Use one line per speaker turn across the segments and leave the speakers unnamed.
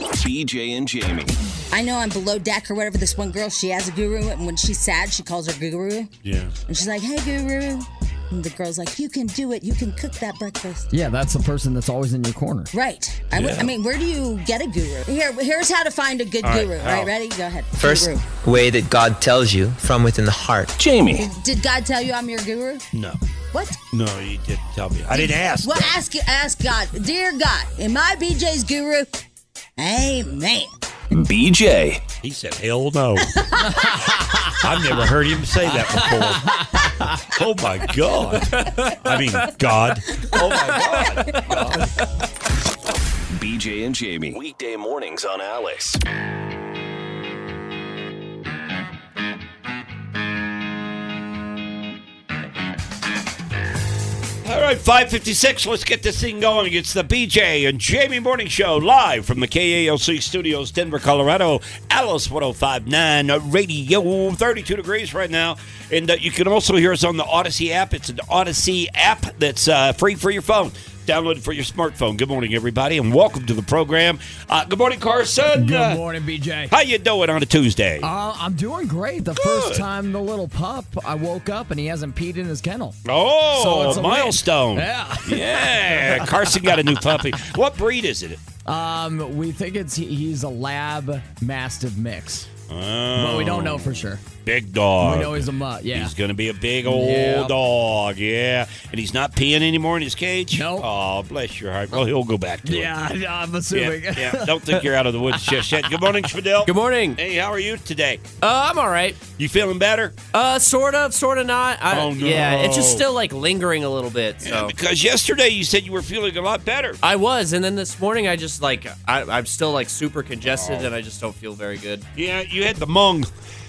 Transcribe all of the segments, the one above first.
BJ and Jamie.
I know I'm below deck or whatever. This one girl, she has a guru, and when she's sad, she calls her guru.
Yeah.
And she's like, hey, guru. And the girl's like, you can do it. You can cook that breakfast.
Yeah, that's the person that's always in your corner.
Right. I, would-
Yeah.
I mean, where do you get a guru? Here, here's how to find a good
All right,
guru.
how?
All right, ready? Go ahead.
First
Guru.
way that God tells you from within the heart.
Jamie.
Did God tell you I'm your guru?
No.
What?
No, you didn't tell me. I didn't ask.
Well, ask ask God, dear God, am I BJ's guru? Amen.
BJ.
He said, hell no. I've never heard him say that before. Oh my God. I mean, God. Oh my God.
BJ and Jamie. Weekday mornings on Alice.
All right, 556. Let's get this thing going. It's the BJ and Jamie Morning Show live from the KALC studios, Denver, Colorado. Alice 1059 uh, radio, 32 degrees right now. And uh, you can also hear us on the Odyssey app. It's an Odyssey app that's uh, free for your phone. Download it for your smartphone. Good morning, everybody, and welcome to the program. Uh, good morning, Carson. Uh,
Good morning, BJ.
How you doing on a Tuesday?
Uh, I'm doing great. The first time the little pup, I woke up and he hasn't peed in his kennel.
oh,
so it's
a
a win.
milestone.
Yeah.
Oh. Yeah, Carson got a new puppy. What breed is it?
Um, we think it's he- he's a lab mastiff mix,
Oh,
but we don't know for sure.
Big dog.
We know he's a mutt. Yeah.
He's going to be a big old
Yeah.
dog, yeah. And he's not peeing anymore in his cage?
Nope.
Oh, bless your heart. Well, he'll go back to it.
yeah, I- I'm
Yeah,
assuming.
yeah. Don't think you're out of the woods just yet. Good morning, Fidel.
Good morning.
Hey, how are you today?
Uh, I'm all right.
You feeling better?
Uh, sort of, sort of not. I,
Oh, no.
Yeah, it's just still like lingering a little bit. So
Because yesterday you said you were feeling a lot better.
I was, and then this morning I just like I, I'm still like super congested,
Oh.
and I just don't feel very good.
Yeah, you had the mung.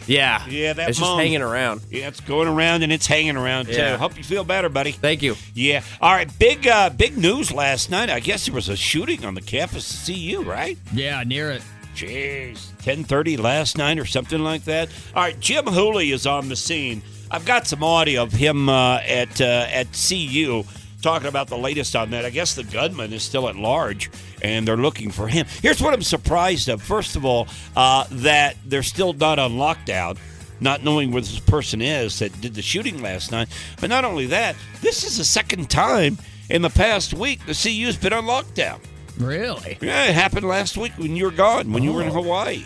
Yeah,
Yeah, that
it's
mung.
just hanging around.
Yeah, it's going around and it's hanging around
Yeah.
too. Hope you feel better, buddy.
Thank you.
Yeah. All right. Big, uh, big news last night. I guess there was a shooting on the campus of CU, right?
Yeah, near it.
Jeez, ten thirty last night or something like that. All right, Jim Hooley is on the scene. I've got some audio of him uh, at uh, at CU talking about the latest on that. I guess the gunman is still at large, and they're looking for him. Here's what I'm surprised of. First of all, uh, that they're still not on lockdown. Not knowing where this person is that did the shooting last night. But not only that, this is the second time in the past week the CU's been on lockdown.
Really?
Yeah, it happened last week when you were gone, when you were in Hawaii.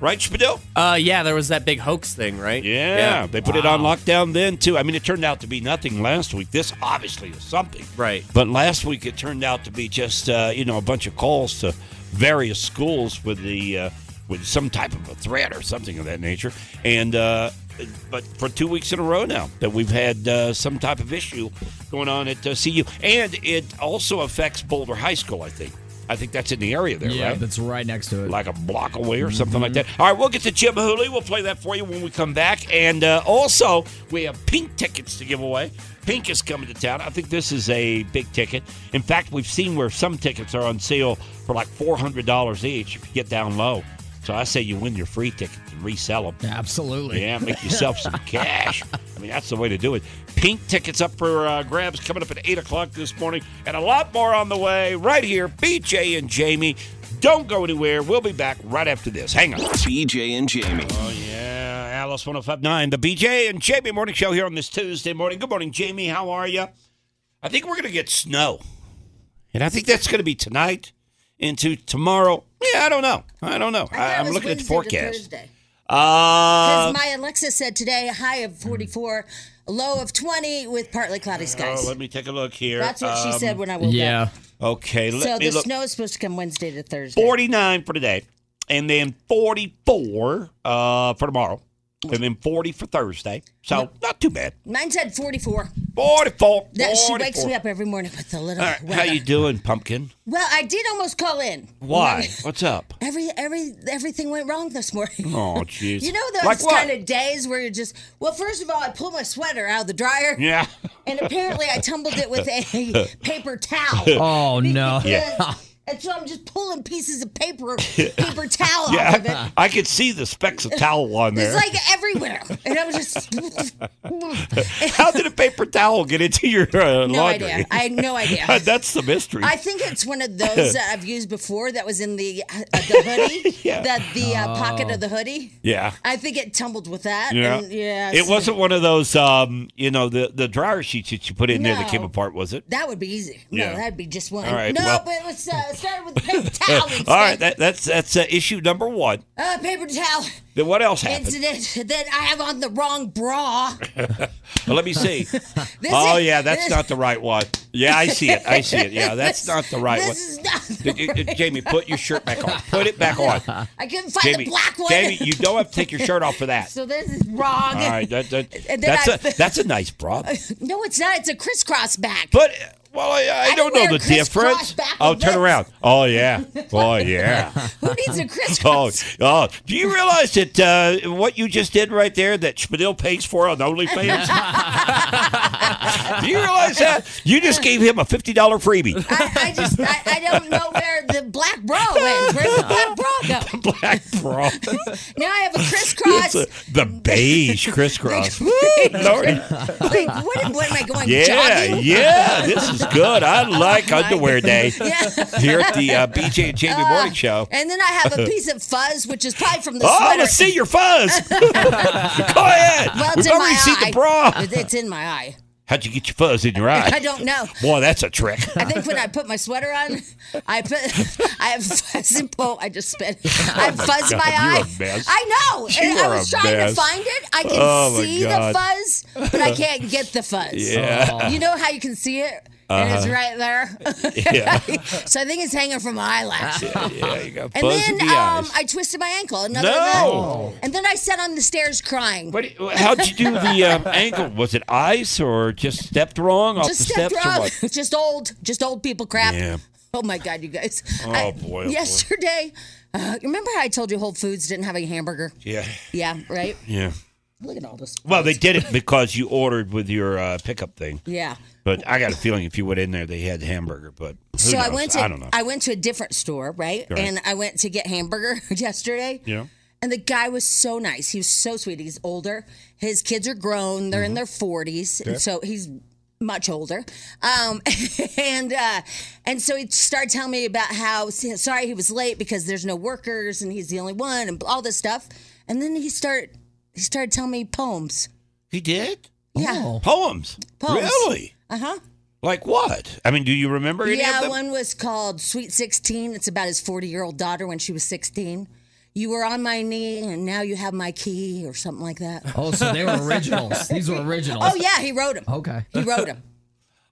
Right, Spadil?
Uh, yeah, there was that big hoax thing, right?
Yeah, they put it on lockdown then, too. I mean, it turned out to be nothing last week. This obviously is something.
Right.
But last week it turned out to be just, uh, you know, a bunch of calls to various schools with the. Uh, with some type of a threat or something of that nature, and uh, but for two weeks in a row now that we've had uh, some type of issue going on at uh, CU, and it also affects Boulder High School. I think, I think that's in the area there,
Yeah,
right?
that's right next to it.
like a block away or something like that. All right, we'll get to Jim Hooley. We'll play that for you when we come back. And uh, also, we have pink tickets to give away. Pink is coming to town. I think this is a big ticket. In fact, we've seen where some tickets are on sale for like $400 each if you get down low. So I say you win your free tickets and resell them.
Absolutely.
Yeah, make yourself some cash. I mean, that's the way to do it. Pink tickets up for uh, grabs coming up at 8 o'clock this morning, and a lot more on the way right here. BJ and Jamie. Don't go anywhere. We'll be back right after this. Hang on.
BJ and Jamie.
Oh, yeah. Alice 1059, the BJ and Jamie morning show here on this Tuesday morning. Good morning, Jamie. How are you? I think we're going to get snow. And I think that's going to be tonight into tomorrow. Yeah, I don't know. I don't know.
thought
I
it
am
was
looking at the
Wednesday to
forecast.
Thursday.
Uh,
'Cause my Alexa said today, a high of 44, a low of 20 with partly cloudy
Oh,
skies.
let me take a look here.
That's what she
Um,
said when I woke
Yeah.
up.
Okay, let
So
me
the
look.
snow is supposed to come Wednesday to Thursday.
49 for today, and then 44 uh, for tomorrow, and then 40 for Thursday. So not too bad.
Mine said 44.
44.
That, she
44.
wakes me up every morning with a little
All right, how
weather.
you doing, pumpkin?
Well, I did almost call in.
Why? What's up?
Every every everything went wrong this morning.
Oh, jeez.
You know those
Like what?
kind of days where you're just well. First of all, I pulled my sweater out of the dryer,
Yeah.
and apparently I tumbled it with a paper towel.
Oh no.
Because And so I'm just pulling pieces of paper, paper towel off of
Yeah,
it.
I, I could see the specks of towel on there.
It's like everywhere. And I'm just.
How did a paper towel get into your uh,
no
laundry?
idea. I had no idea.
That's the mystery.
I think it's one of those that I've used before that was in the uh, the hoodie,
Yeah. Oh.
that the uh, pocket of the hoodie.
yeah.
I think it tumbled with that.
Yeah.
and, yeah
It
so
wasn't one of those, um, you know, the, the dryer sheets that you put in there that
No.
came apart, was it?
That would be easy. No,
Yeah.
that'd be just one.
All right,
no,
well-
but it was uh, started with the paper towel. Instead.
All right, that, that's that's uh, issue number one.
uh, paper towel
Then what else happened?
incident that I have on the wrong bra.
Well, let me see.
This
oh
is-
yeah, that's
this-
not the right one. Yeah, I see it. I see it. Yeah, that's
this-
not the right
this
one.
is not. The,
D- d- d- Jamie, put your shirt back on. Put it back on.
I couldn't find
Jamie,
the black one.
Jamie, you don't have to take your shirt off for that.
so this is wrong.
All right, that, that-
And then
that's
I-
a that's a nice bra.
No, it's not. It's a crisscross back.
But well, I, I,
I
don't
wear
know the
crisscross
difference.
backwards.
Oh, turn around. Oh yeah. Oh yeah.
Who needs a crisscross?
Oh, oh, do you realize that uh, what you just did right there that Spadil pays for on OnlyFans? do you realize that? You just gave him a $50 freebie.
I, I just I, I don't know where the black bra went. Where's the black bra go?
Black bra.
Now I have a crisscross.
It's a- the beige crisscross. Woo, Lord.
Like, what, am- what am I going?
Yeah,
jogging?
yeah, this is good. I like underwear day
Yeah.
here at the uh, BJ and Jamie Morning Show.
And then I have a piece of fuzz, which is probably from the
Oh,
sweater.
let's see your fuzz. Go ahead.
Well,
We've
it's in
already
my
seen
eye.
the bra.
It- It's in my eye.
How'd you get your fuzz in your
I
eye?
don't know.
Boy, that's a trick.
I think when I put my sweater on, I put I have fuzz and po. I just spit. I have fuzz in
Oh, God,
my eye.
you're a mess.
I know. and
You
I
are
was
a
trying
mess.
to find it. I can
Oh, my
see the
God.
fuzz, but I can't get the fuzz.
Yeah.
You know how you can see it. And
Uh-huh.
it's right there.
Yeah.
so I think it's hanging from my eyelash.
yeah, you got
And
fuzz
then
in the
um,
eyes.
I twisted my ankle. Another
No.
And then I sat on the stairs crying.
What, how'd you do the um, ankle? Was it ice or just stepped wrong off
just
the
stepped
steps or
wrong.
what?
just old, just old people crap.
Yeah.
Oh my God, you guys! Oh
boy, oh boy.
Yesterday, uh, remember how I told you Whole Foods didn't have a hamburger?
Yeah,
Yeah, right.
yeah.
Look at all this.
Well, they did it because you ordered with your uh, pickup thing.
Yeah.
But I got a feeling if you went in there, they had hamburger. But who
so I
knows?
went to
I don't know.
went to a different store, right?
Right.
And I went to get hamburger yesterday.
Yeah.
And the guy was so nice. He was so sweet. He's older. His kids are grown. They're in their forties, and so he's much older. Um, and uh, and so he started telling me about how sorry he was late because there's no workers and he's the only one and all this stuff. And then he started he started telling me poems.
he did
Yeah.
Oh. poems.
Poems.
Really?
Uh huh. Like
Like what? I mean, do you remember any of
Yeah,
them?
one was called Sweet 16. It's about his 40 year old daughter when she was 16. You were on my knee and now you have my key or something like that.
Oh, so they were originals. These were originals.
Oh, yeah, he wrote him.
Okay.
He wrote him.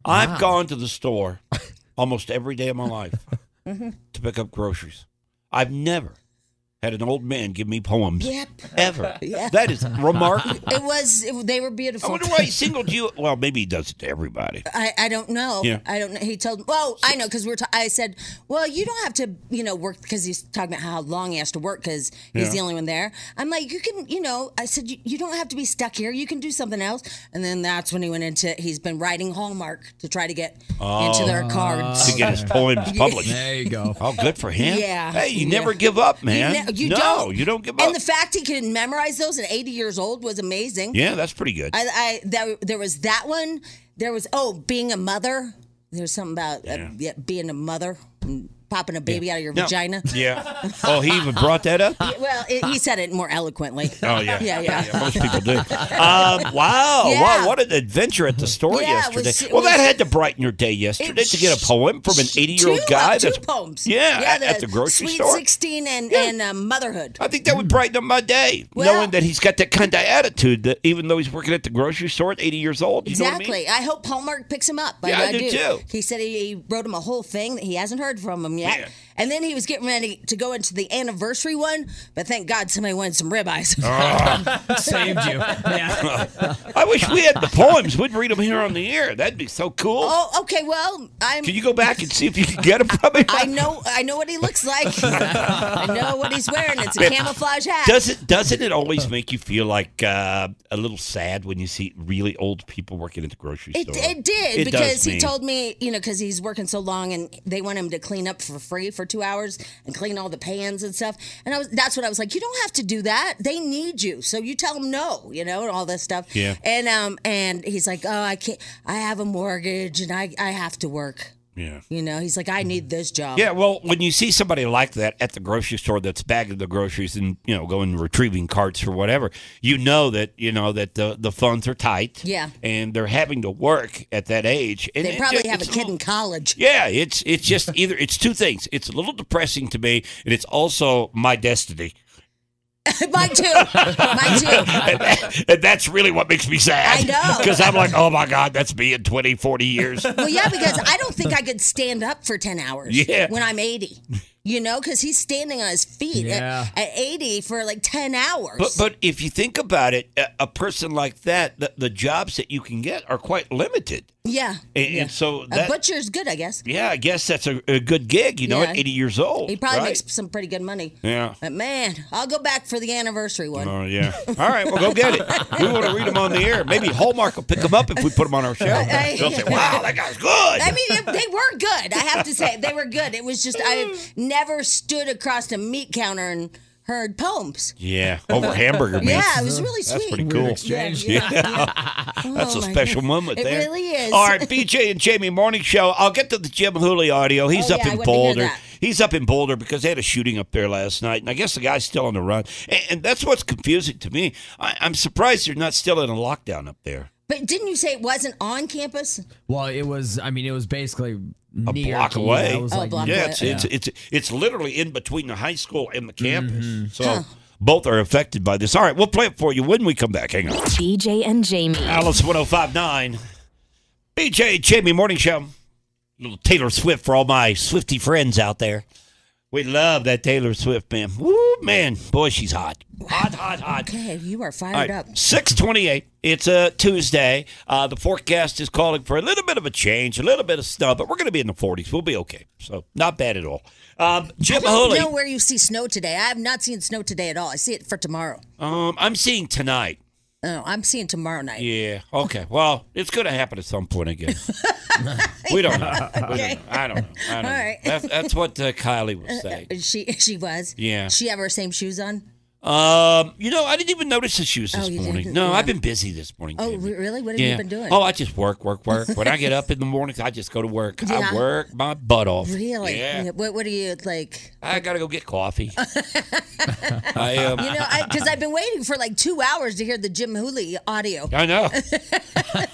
I've gone to the store almost every day of my life to pick up groceries. I've never had an old man give me poems.
Yep.
Ever. That is remarkable.
It was, it, they were
Uh, I
beautiful.
wonder why he singled you. Well, maybe he does it to everybody.
I, I don't know.
Yeah.
I don't know. He told, well, I know because we're, ta- I said, well, you don't have to, you know, work because he's talking about how long he has to work because he's
Yeah.
the only one there. I'm like, you can, you know, I said, you, you don't have to be stuck here. You can do something else. And then that's when he went into, he's been writing Hallmark to try to get into their cards.
Oh. To get his poems published.
There you go.
Oh, good for him.
Yeah.
Hey, you
Yeah.
never give up, man.
ne- you
no,
don't.
you don't give up.
And the fact he can memorize those at 80 years old was amazing.
yeah, that's pretty good.
I, I there, there was that one. There was oh, being a mother. There's something about uh, yeah, being a mother and popping a baby out of your
No.
vagina.
yeah. Oh, he even brought that up?
Well, it, he said it more eloquently.
Oh, yeah.
Yeah, yeah.
most people do. Um, wow.
Yeah.
Wow. What an adventure at the store
Yeah, it
yesterday.
was- it
well, that
was-
had to brighten your day yesterday
It-
to get a poem from an 80 year old
Two,
guy.
uh, two poems.
Yeah, at, at the grocery
Sweet
store.
16 and, and uh, motherhood.
I think that would brighten up my day,
Hmm. Well-
knowing that he's got that kind of attitude that even though he's working at the grocery store at 80 years old. You
Exactly.
Know what I mean?
hope Hallmark picks him up.
Yeah, I do too.
He said he wrote him a whole thing that he hasn't heard from him yet.
Man.
And then he was getting ready to go into the anniversary one, but thank God somebody wanted some ribeyes.
Uh-huh.
Saved you.
I wish we had the poems. We'd read them here on the air. That'd be so cool.
oh, okay. Well, I'm.
Can you go back and see if you can get them from me?
I know. I know what he looks like. I know what he's wearing. It's a camouflage hat.
Doesn't doesn't it always make you feel like uh, a little sad when you see really old people working at the grocery
It,
store?
it did
It does
because he
me.
told me, you know, because he's working so long and they want him to clean up for free for two hours and clean all the pans and stuff. And I was, that's what I was like, you don't have to do that. They need you. So you tell them no, you know, and all this stuff.
Yeah.
And, um, and he's like, oh, I can't, I have a mortgage and I, I have to work.
Yeah.
You know, he's like, I need this job.
Mm. Yeah, well, when you see somebody like that at the grocery store that's bagging the groceries and you know going retrieving carts or whatever, you know that you know that the the funds are tight.
Yeah.
and they're having to work at that age. And
They
it
probably
ju-
have a
it's
kid in
little-
college.
Yeah, it's it's just either it's two things. It's a little depressing to me, and it's also my destiny,
Mine too. Mine too.
and, that- and that's really what makes me sad.
I know.
because I'm like, oh my god, that's me in 20, 40 years.
Well, yeah, because I don't think I could stand up for 10 hours
Yeah.
when I'm 80. You know, because he's standing on his feet at-
Yeah.
at, 80 for like 10 hours.
But but if you think about it, a, a person like that, the, the jobs that you can get are quite limited.
yeah.
And, and so
a
that,
butcher's good, I guess.
yeah, I guess that's a, a good gig, you know, at
Yeah.
80 years old.
He probably
right?
makes some pretty good money.
Yeah.
But man, I'll go back for the anniversary one.
Oh, yeah. All right, well, go get it. We want to read them on the air. Maybe Hallmark will pick them up if we put them on our show.
I-
They'll say, wow, that guy's good.
I mean, it, they were good. I have to say, they were good. It was just I've never stood across a meat counter and heard poems.
yeah, over hamburger meat.
Yeah, it was really
That's
sweet.
pretty cool.
exchange.
Yeah, yeah.
That's
Oh,
a
my
special
God.
moment
It
there.
really is.
All right, BJ and Jamie morning show. I'll get to the Jim Hooley audio. He's
Oh,
up
yeah, I
in
wanted to hear
Boulder.
that.
He's up in Boulder because they had a shooting up there last night, and I guess the guy's still on the run. And, and that's what's confusing to me. I, I'm surprised they're not still in a lockdown up there.
But didn't you say it wasn't on campus?
Well, it was. I mean, it was basically
A
near
block
Key.
away.
I was
Oh, a
like,
block
yeah, Mm-hmm.
away.
it's, it's it's it's literally in between the high school and the campus. So. Both are affected by this. All right, we'll play it for you when we come back. Hang on.
BJ and Jamie.
Alice 1059. BJ Jamie Morning Show. Little Taylor Swift for all my Swifty friends out there. We love that Taylor Swift, man. Woo, man. Boy, she's hot. Hot, hot, hot.
Okay, you are fired
All right,
up.
628. It's a Tuesday. Uh, the forecast is calling for a little bit of a change, a little bit of snow, but we're going to be in the 40s. We'll be okay. So, not bad at all. Um, Jim
I don't
Hooley.
know where you see snow today. I have not seen snow today at all. I see it for tomorrow.
Um, I'm seeing tonight.
Oh, I'm seeing tomorrow night.
Yeah. Okay. Well, it's going to happen at some point again. we don't know. We don't know. I don't know. I don't know.
right.
That's, that's what uh, Kylie was saying.
She she was.
Yeah.
She have her same shoes on.
Um, you know, I didn't even notice the shoes this
Oh, you didn't?
morning. No,
Yeah.
I've been busy this morning.
Oh,
Jamie.
re- really? What have
yeah.
you been doing?
Oh, I just work, work, work. when I get up in the mornings, I just go to work. I
Yeah.
work my butt off.
really?
Yeah.
What What are you like?
I gotta go get coffee. I um,
You know, because I've been waiting for like two hours to hear the Jim Hooley audio.
I know.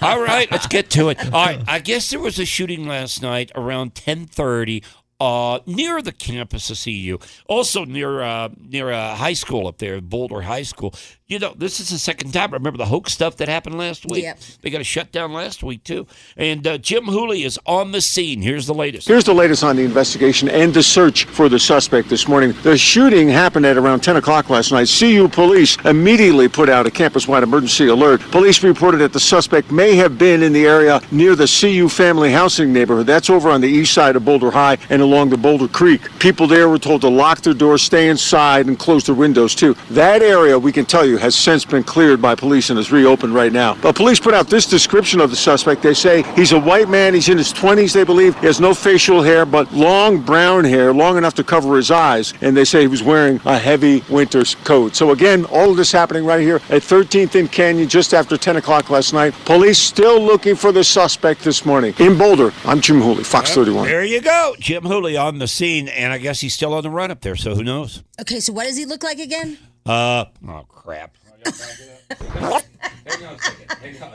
All right, let's get to it. All right, I guess there was a shooting last night around ten thirty. Uh, near the campus of CU, also near uh, near a high school up there, Boulder High School. You know, this is the second time. Remember the hoax stuff that happened last week?
Yep.
They got a shutdown last week too. And uh, Jim Hooley is on the scene. Here's the latest.
Here's the latest on the investigation and the search for the suspect this morning. The shooting happened at around 10 o'clock last night. CU police immediately put out a campus wide emergency alert. Police reported that the suspect may have been in the area near the CU family housing neighborhood. That's over on the east side of Boulder High and along the Boulder Creek. People there were told to lock their doors, stay inside, and close their windows too. That area, we can tell you, has since been cleared by police and is reopened right now. But police put out this description of the suspect. They say he's a white man, he's in his 20s, they believe. He has no facial hair, but long brown hair, long enough to cover his eyes. And they say he was wearing a heavy winter's coat. So again, all of this happening right here at 13th and Canyon just after 10 o'clock last night. Police still looking for the suspect this morning. In Boulder, I'm Jim Hooley, Fox 31.
There you go, Jim Hooley on the scene, and I guess he's still on the run up there. So who knows?
Okay, so what does he look like again?
Uh, oh crap.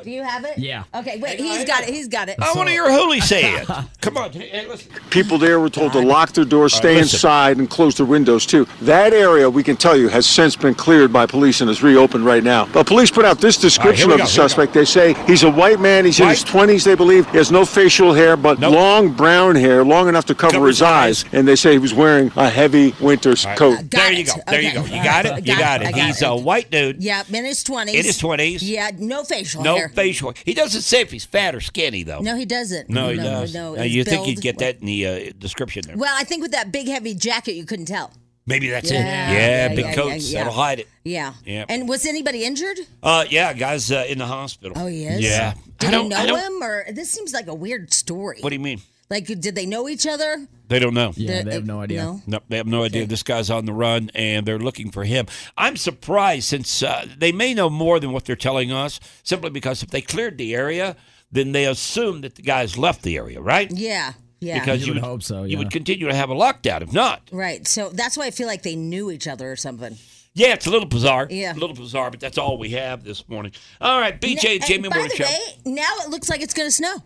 Do you have it?
Yeah.
Okay, wait, he's got it. He's got it.
I want to hear Hooley say it. Come on. Hey, listen.
People there were told to lock their doors, stay
listen.
inside, and close their windows too. That area, we can tell you, has since been cleared by police and is reopened right now. But police put out this description
we
of
go,
the
here we go.
suspect. They say he's a white man. He's in his
White.
20s, they believe. He has no facial hair, but
Nope.
long brown hair, long enough to cover,
Cover
his
his
eyes.
eyes.
And they say he was wearing a heavy winter's coat.
Got
There you
it.
go. There you
Okay.
go. You got it. You
Got
got
it. I
it.
got
He's
it.
a white dude.
Yeah, in his 20s.
In his 20s.
Yeah, no facial
No
hair.
facial. He doesn't say if he's fat or skinny though.
No, he doesn't.
No, he does.
No,
Now,
his
you think
build-
you'd get that in the uh, description there?
Well, I think with that big heavy jacket, you couldn't tell.
Maybe that's it.
Yeah,
Yeah,
yeah,
big
yeah,
coats
yeah, yeah.
that'll hide it.
Yeah.
Yeah.
And was anybody injured?
Uh, yeah, guys uh, in the hospital.
Oh, he is?
Yeah.
Did
I
you
don't. I
know
don't.
him? Or this seems like a weird story.
What do you mean?
like, did they know each other?
They don't know.
Yeah,
They're-
they have no idea.
No.
No, they have no idea this guy's on the run, and they're looking for him. I'm surprised since uh, they may know more than what they're telling us, simply because if they cleared the area, then they assume that the guy's left the area, right?
Yeah. Yeah.
Because
You would hope so,
You
yeah.
would continue to have a lockdown if not.
right. So that's why I feel like they knew each other or something.
Yeah, it's a little bizarre.
Yeah.
a little bizarre, but that's all we have this morning. All right, BJ,
And
Jamie,
by
morning
the
show.
way, now it looks like it's going to snow.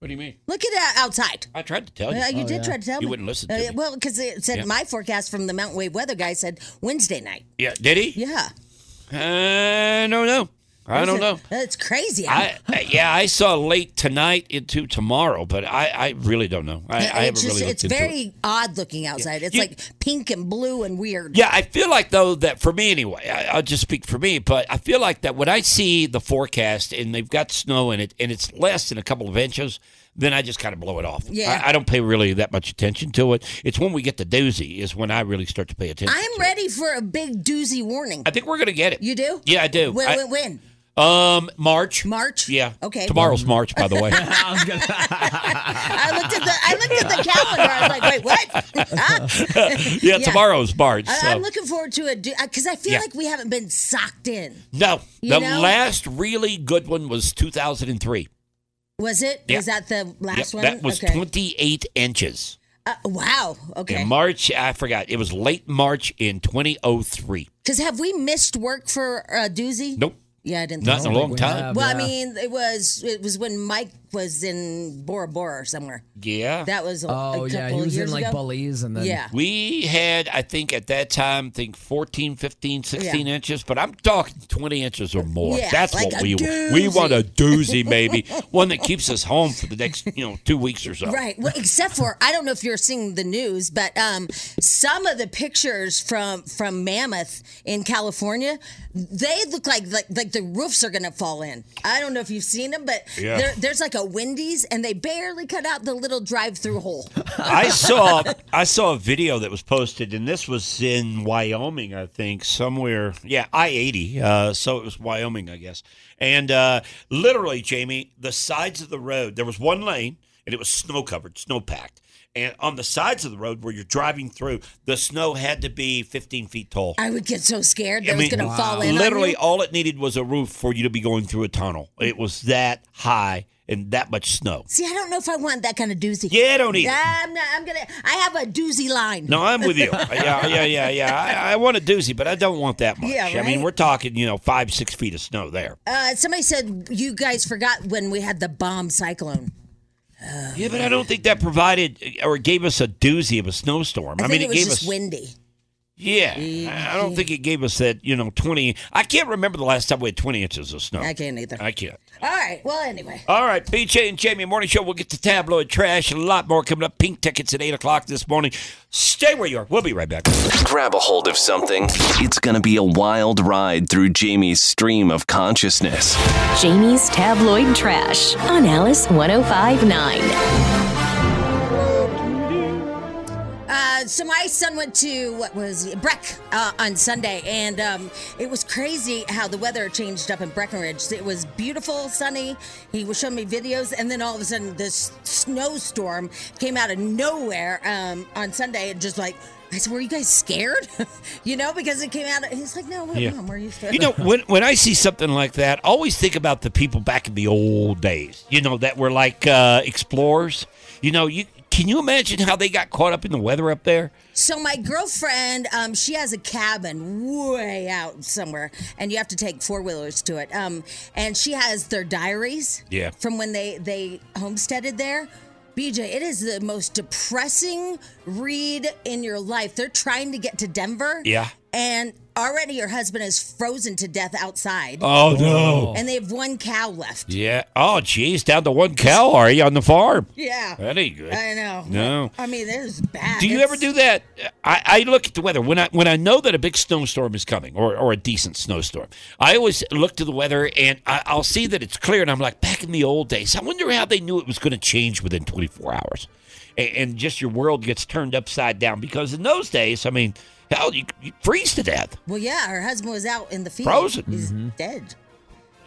What do you mean?
Look at that outside.
I tried to tell you.
Uh,
Oh,
you did try to tell me.
Oh, You wouldn't listen to
Uh,
me.
Well, because it said
Yeah.
my forecast from the Mountain Wave weather guy said Wednesday night.
yeah, did he?
Yeah.
I don't know. I don't know.
It's crazy.
I yeah, I saw late tonight into tomorrow, but I, I really don't know. I, I
It-
haven't
it's just
really looked
it's
into
very
it.
odd looking outside. It's
You-
like pink and blue and weird.
Yeah, I feel like though that for me anyway. I, I'll just speak for me, but I feel like that when I see the forecast and they've got snow in it and it's less than a couple of inches, then I just kind of blow it off.
Yeah.
I, I don't pay really that much attention to it. It's when we get the doozy is when I really start to pay attention.
I'm
to it.
ready for a big doozy warning.
I think we're gonna get it.
you do?
Yeah, I do.
When?
I-
when, when?
Um, March.
March?
Yeah.
Okay.
Tomorrow's March, by the way.
I was gonna-
I looked at the I looked at the calendar. I was like, wait, what? Huh?
yeah, tomorrow's March.
I-
so.
I'm looking forward to it because I feel
Yeah.
like we haven't been socked in.
No,
You
the
know?
last really good one was 2003.
Was it?
Yeah.
Was that the last
Yep,
one?
that was
okay.
28 inches.
Uh, wow. Okay.
In March, I forgot. It was late March in 2003.
Because have we missed work for a doozy?
Nope,
Yeah, I didn't.
not
think
in
so.
a long
we
time.
have.
Well, I
Yeah.
mean, it was it was when Mike was in Bora Bora or somewhere.
Yeah.
That was a, a
oh
couple
yeah, he
of
was
years
in like
ago.
Belize and then
yeah.
we had, I think at that time, think 14, 15, 16
Yeah.
inches, but I'm talking 20 inches or more.
Yeah,
That's
like
what
a
we want. We want a doozy,
doozy.
baby. One that keeps us home for the next, you know, two weeks or so.
Right. Well, except for I don't know if you're seeing the news, but um, some of the pictures from from Mammoth in California, they look like like, like the roofs are gonna fall in. I don't know if you've seen them, but
Yeah.
there, there's like a Wendy's, and they barely cut out the little drive-through hole.
I saw I saw a video that was posted, and this was in Wyoming, I think, somewhere. Yeah, I eighty. Uh, so it was Wyoming, I guess. And uh, literally, Jamie, the sides of the road. There was one lane, and it was snow covered, snow packed. And on the sides of the road where you're driving through, the snow had to be 15 feet tall.
I would get so scared that it was gonna fall in. on
Literally,
you.
all it needed was a roof for you to be going through a tunnel. It was that high and that much snow.
See, I don't know if I want that kind of doozy.
Yeah, I don't either.
I'm not. I'm gonna. I have a doozy line.
No, I'm with you. Yeah, yeah, yeah, yeah. I, I want a doozy, but I don't want that much.
Yeah,
I mean,
right?
we're talking, you know, five, six feet of snow there.
Uh, somebody said you guys forgot when we had the bomb cyclone.
yeah, but I don't think that provided or gave us a doozy of a snowstorm.
I,
I,
think
mean,
it
it,
was
gave
just
us.
windy.
Yeah, I I don't think it gave us that. You know, twenty. I can't remember the last time we had twenty inches of snow.
I can't either.
I can't.
All right. Well, anyway.
All right, BJ and Jamie Morning Show. We'll get to tabloid trash and a lot more coming up. Pink tickets at eight o'clock this morning. Stay where you are. We'll be right back.
Grab a hold of something. It's going to be a wild ride through Jamie's stream of consciousness.
Jamie's Tabloid Trash on Alice 1059.
Uh, so my son went to what was it, Breck uh, on Sunday, and um, it was crazy how the weather changed up in Breckenridge. It was beautiful, sunny. He was showing me videos, and then all of a sudden, this snowstorm came out of nowhere um, on Sunday, and just like. I said, were you guys scared? you know, because it came out. Of, he's like, no, what,
Yeah.
mom, were you scared?
You know, when when I see something like that, I always think about the people back in the old days. You know, that were like uh, explorers. You know, you Can you imagine how they got caught up in the weather up there?
So my girlfriend, um, she has a cabin way out somewhere, and you have to take four wheelers to it. Um, and she has their diaries.
Yeah.
From when they they homesteaded there. BJ, it is the most depressing read in your life. They're trying to get to Denver.
Yeah.
And already her husband is frozen to death outside.
Oh no.
And they have one cow left.
Yeah. Oh geez, down to one cow are you on the farm?
Yeah.
That ain't good.
I know.
No.
I mean, it is bad.
Do you
It's-
ever do that? I, I look at the weather when I when I know that a big snowstorm is coming or, or a decent snowstorm. I always look to the weather and I, I'll see that it's clear, and I'm like, back in the old days, I wonder how they knew it was going to change within 24 hours, and, and just your world gets turned upside down because in those days, I mean, hell, you, you freeze to death.
Well, yeah, her husband was out in the field.
Frozen.
He's dead.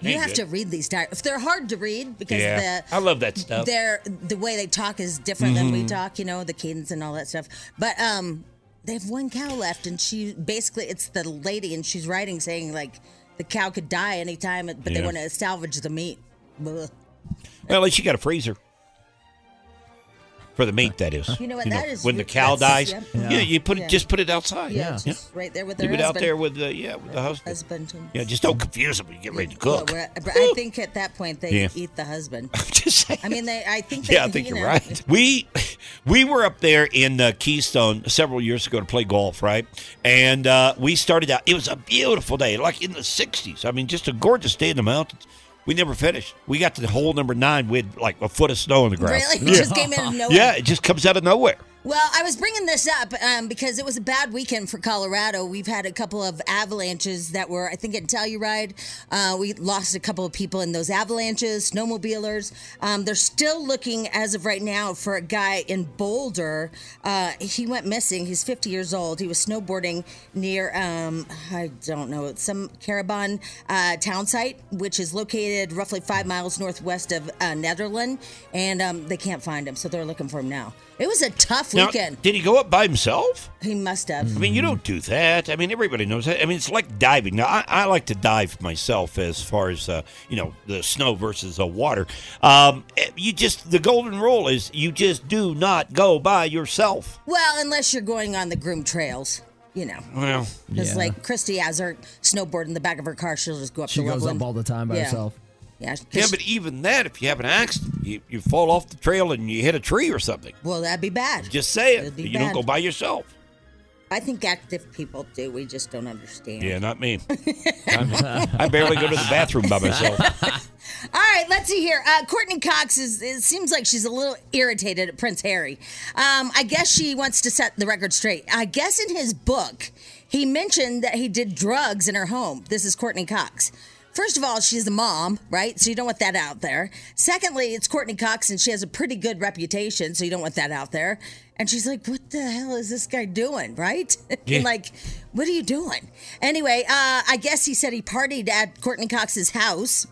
You
Ain't
have
good.
to read these diaries. If they're hard to read because the
I love that stuff.
they're the way they talk is different than
Mm-hmm.
we talk, you know, the cadence and all that stuff. But um they have one cow left and she basically it's the lady and she's writing saying like the cow could die anytime but they
Yeah.
want to salvage the meat. Ugh.
Well, at least you got a freezer. For the meat, that is.
You know what, that is-
when the cow
that's-
dies,
yep.
yeah. you put it just put it outside.
Yeah, just right there with their
Leave it out
husband.
there with the yeah with the husband.
husband. and-
Yeah, just don't confuse them when you get ready to
Well,
cook.
we're- but I think at that point they
Yeah.
eat the husband.
I'm just saying.
I mean, they. I think. They,
yeah, I think
you
you're
know,
right. We we were up there in uh, Keystone several years ago to play golf, right? And uh, we started out. It was a beautiful day, like in the 60s. I mean, just a gorgeous day in the mountains. We never finished. We got to hole number nine with like a foot of snow on the ground.
Really,
Yeah.
just came in out of nowhere.
yeah, it just comes out of nowhere.
Well, I was bringing this up um, because it was a bad weekend for Colorado. We've had a couple of avalanches that were, I think, at Telluride. Uh, we lost a couple of people in those avalanches, snowmobilers. Um, they're still looking, as of right now, for a guy in Boulder. Uh, he went missing. He's 50 years old. He was snowboarding near, um, I don't know, it's some Caravan uh, town site, which is located roughly five miles northwest of uh, Netherland. And um, they can't find him, so they're looking for him now. It was a tough
Now,
weekend.
did he go up by himself?
he must have.
Mm-hmm.
I mean, you don't do that. I mean, everybody knows that. I mean, it's like diving. Now, I, I like to dive myself as far as, uh, you know, the snow versus the water. Um, eh, you just, the golden rule is you just do not go by yourself.
Well, unless you're going on the groom trails, you know.
Well,
Because,
Yeah.
like, Christy has her snowboard in the back of her car. She'll just go up
She
to
goes
Loveland.
up all the time by
Yeah.
herself.
Yeah. 'cause
yeah, but even that, if you have an accident, you, you fall off the trail and you hit a tree or something.
well, that'd be bad.
Just say it.
It'd be
You don't
bad.
go by yourself.
I think active people do. We just don't understand.
Yeah, not me. Not me. I barely go to the bathroom by myself.
All right, let's see here. Uh, Courtney Cox is, it seems like she's a little irritated at Prince Harry. Um, I guess she wants to set the record straight. I guess in his book, he mentioned that he did drugs in her home. This is Courtney Cox. First of all, she's a mom, right? So you don't want that out there. Secondly, it's Courtney Cox and she has a pretty good reputation, so you don't want that out there. And she's like, what the hell is this guy doing, right?
Yeah.
like, what are you doing? Anyway, uh, I guess he said he partied at Courtney Cox's house.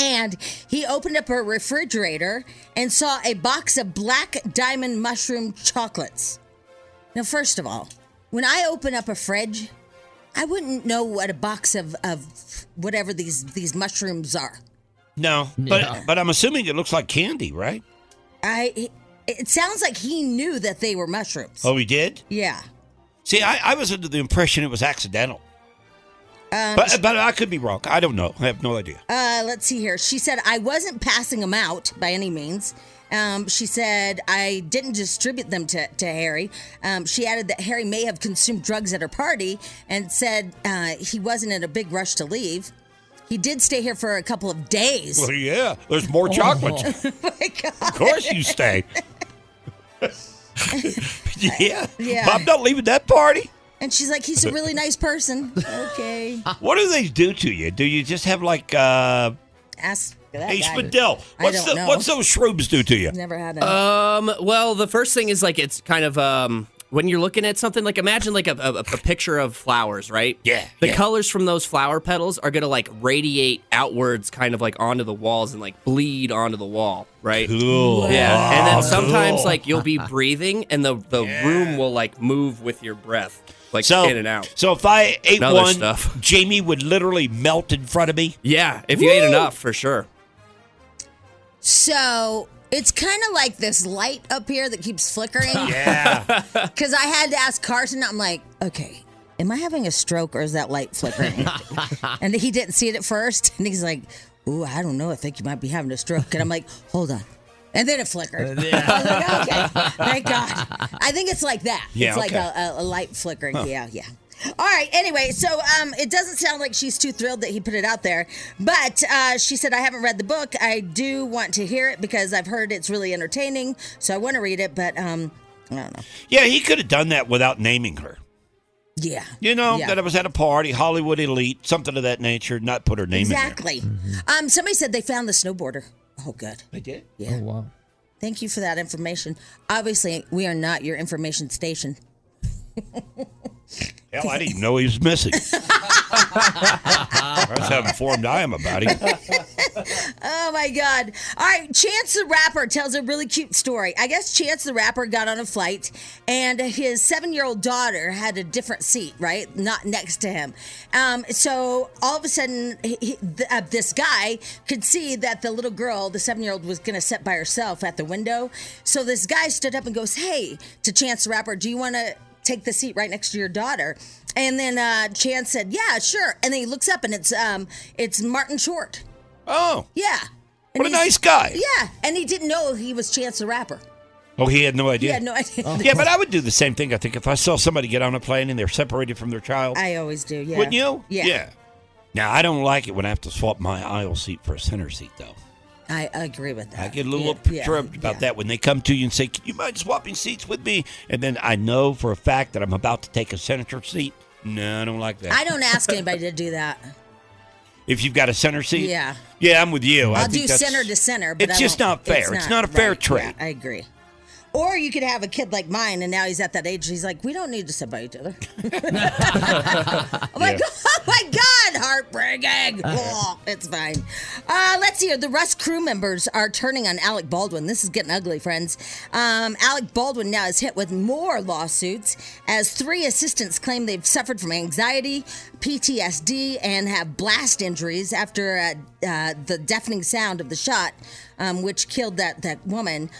And he opened up her refrigerator and saw a box of black diamond mushroom chocolates. Now, first of all, when I open up a fridge, I wouldn't know what a box of, of whatever these, these mushrooms are.
No, but, but I'm assuming it looks like candy, right?
I it sounds like he knew that they were mushrooms.
Oh, he did?
Yeah.
See, I, I was under the impression it was accidental. but, but I could be wrong. I don't know. I have no idea.
Um, Uh, let's see here. She said, I wasn't passing them out by any means. Um, she said, I didn't distribute them to, to Harry. Um, she added that Harry may have consumed drugs at her party and said uh, he wasn't in a big rush to leave. He did stay here for a couple of days.
Well, yeah, there's more chocolates.
Oh my God.
Of course you stay. yeah.
Yeah.
I'm not leaving that party.
And she's like, he's a really nice person. Okay.
What do they do to you? Do you just have like uh
Ask that
Ace
guy.
Bedell?
I
What's
don't
the
know.
what's those shrooms do to you?
Never had a
Uh,
Um. Well, the first thing is like it's kind of um when you're looking at something like imagine like a, a, a picture of flowers, right?
Yeah,
The
yeah.
colors from those flower petals are gonna like radiate outwards, kind of like onto the walls and like bleed onto the wall, right?
Cool.
Yeah. And
Oh,
then sometimes
cool.
like you'll be breathing and the the room will like move with your breath, like
so
in and out.
So if I ate
Another
one,
stuff.
Jamie would literally melt in front of me.
Yeah, if you ate enough, for sure.
So It's kind of like this light up here that keeps flickering.
Yeah.
Because I had to ask Carson, I'm like, okay, am I having a stroke or is that light flickering? and he didn't see it at first. And he's like, ooh, I don't know. I think you might be having a stroke. And I'm like, hold on. And then it
Uh,
flickered. I was like, okay, thank God. I think it's like that.
Yeah,
it's like
okay.
a, a, a light flickering. Yeah, yeah. All right. Anyway, so um, it doesn't sound like she's too thrilled that he put it out there, but uh, she said, "I haven't read the book. I do want to hear it because I've heard it's really entertaining, so I want to read it." But um, I don't know.
yeah, he could have done that without naming her.
Yeah.
You know,
Yeah.
that I was at a party, Hollywood elite, something of that nature, not put her name
Exactly. Um, somebody said they found the snowboarder. Oh, good.
in there. Exactly. did?
Oh, wow.
Thank you for that information. Obviously, we are not your information station.
Hell, I didn't even know he was missing. That's how informed I am about him.
Oh my God. All right. Chance the Rapper tells a really cute story. I guess Chance the Rapper got on a flight and his seven year old daughter had a different seat, right? Not next to him. Um, so all of a sudden, he, he, th- uh, this guy could see that the little girl, the seven year old, was going to sit by herself at the window. So this guy stood up and goes, Hey, to Chance the Rapper, do you want to take the seat right next to your daughter? And then uh, Chance said, "Yeah, sure." And then he looks up, and it's um, it's Martin Short.
Oh,
Yeah. And
what a
he's-
nice guy.
Yeah, and he didn't know he was Chance the Rapper.
Oh, he had no idea.
He had no idea.
yeah, Oh. but I would do the same thing. I think if I saw somebody get on a plane and they're separated from their child,
I always do. Yeah.
wouldn't you?
Yeah.
Now I don't like it when I have to swap my aisle seat for a center seat, though.
I agree with that.
I get a little
Yeah,
perturbed
yeah,
about
yeah.
that when they come to you and say, "Can you mind swapping seats with me?" And then I know for a fact that I'm about to take a senator seat. No, I don't like that.
I don't ask anybody to do that.
if you've got a center seat,
Yeah.
yeah, I'm with you. I
I'll do
think that's-
center to center, but
it's
I
just
won't-
not fair. It's not, a fair
right,
trade.
yeah, I agree. Or you could have a kid like mine, and now he's at that age. He's like, we don't need to sit by each other. I'm like, oh my god, heartbreaking. Oh, it's fine. Uh, let's hear. The Rust crew members are turning on Alec Baldwin. This is getting ugly, friends. Um, Alec Baldwin now is hit with more lawsuits as three assistants claim they've suffered from anxiety, PTSD, and have blast injuries after uh, uh, the deafening sound of the shot, um, which killed that that woman.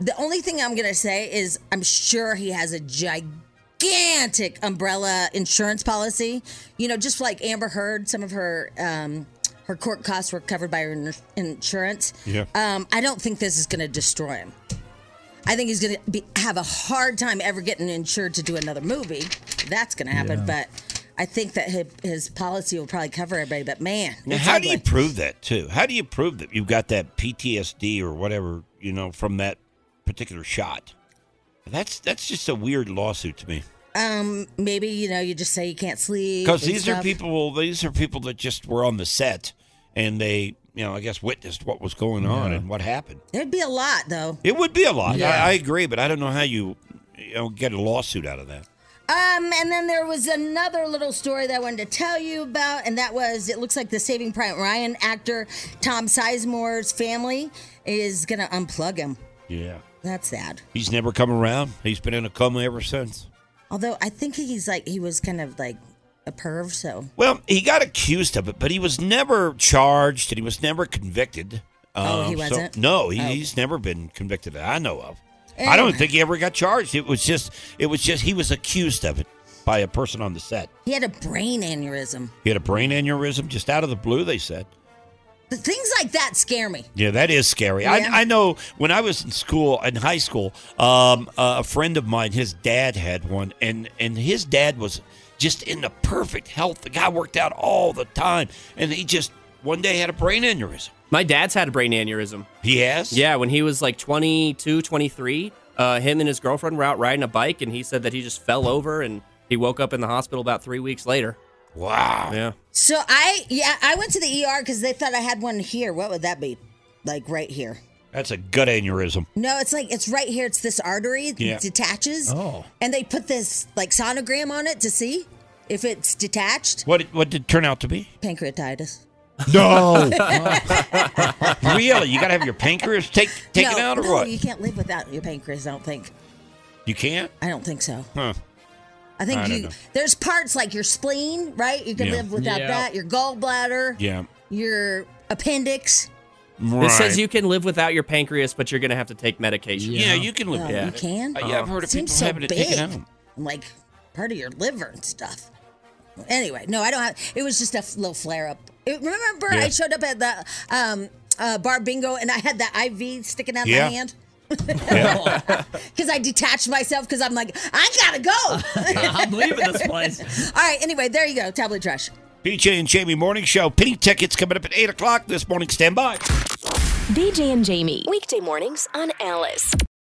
The only thing I'm gonna say is I'm sure he has a gigantic umbrella insurance policy. You know, just like Amber Heard, some of her um, her court costs were covered by her in- insurance.
Yeah.
Um, I don't think this is gonna destroy him. I think he's gonna be, have a hard time ever getting insured to do another movie. That's gonna happen, but I think that his, his policy will probably cover everybody. But man,
Now,
it's
how do you
ugly.
prove that too? How do you prove that you've got that PTSD or whatever you know from that particular shot? That's that's just a weird lawsuit to me
Maybe you know you just say you can't sleep
because
and
these are
stuff.
people. these are people that just were on the set and they, you know, I guess witnessed what was going on and what happened.
There'd be a lot though.
It would be a lot. I, I agree, but I don't know how you, you know, get a lawsuit out of that.
Um, and then there was another little story that I wanted to tell you about, and that was it looks like the Saving Private Ryan actor Tom Sizemore's family is gonna unplug him.
Yeah,
That's sad.
he's never come around. He's been in a coma ever since.
Although I think he's like he was kind of like a perv, so
Well, he got accused of it, but he was never charged and he was never convicted.
Oh, he
Um, so-
wasn't?
no, he,
Oh. Eh.
he's never been convicted that I know of. I don't think he ever got charged. It was just, it was just he was accused of it by a person on the set.
he had a brain aneurysm.
He had a brain aneurysm just out of the blue. They said.
The things like that scare me.
Yeah, that is scary.
Yeah.
I, I know when I was in school, in high school, um, uh, a friend of mine, his dad had one, and and his dad was just in the perfect health. The guy worked out all the time, and he just one day had a brain aneurysm.
My dad's had a brain aneurysm.
He has.
Yeah, when he was like 22, 23, uh, him and his girlfriend were out riding a bike, and he said that he just fell over and he woke up in the hospital about three weeks later.
Wow.
Yeah.
So I yeah I went to the ER because they thought I had one here. What would that be? Like right here.
That's a gut aneurysm.
No, it's like it's right here. It's this artery it
Yeah.
detaches.
Oh.
And they put this like sonogram on it to see if it's detached.
What did- what did it turn out to be?
Pancreatitis.
No. really? You got to have your pancreas take taken
no,
out or
no,
what?
You can't live without your pancreas. I don't think.
You can't.
I don't think so.
Huh.
I think
I don't
you.
know.
There's parts like your spleen, right? You can
Yeah.
live without
Yeah.
that. Your gallbladder.
Yeah.
Your appendix.
Right.
This says you can live without your pancreas, but you're going to have to take medication.
Yeah, you can live
Oh,
with
you
that.
can?
Uh, yeah, I've heard of people
Seems so
having
big.
to take it home.
I'm like part of your liver and stuff. Anyway, no, I don't have. It was just a f- little flare up. It, remember,
Yeah.
I showed up at the um, uh, bar bingo and I had the IV sticking out
Yeah.
my hand. Because I detached myself because I'm like, I gotta go.
Uh, I'm leaving this place.
All right. Anyway, there you go. Tablet trash.
BJ and Jamie Morning Show. Pink tickets coming up at 8 o'clock this morning. Stand by.
BJ and Jamie, weekday mornings on Alice.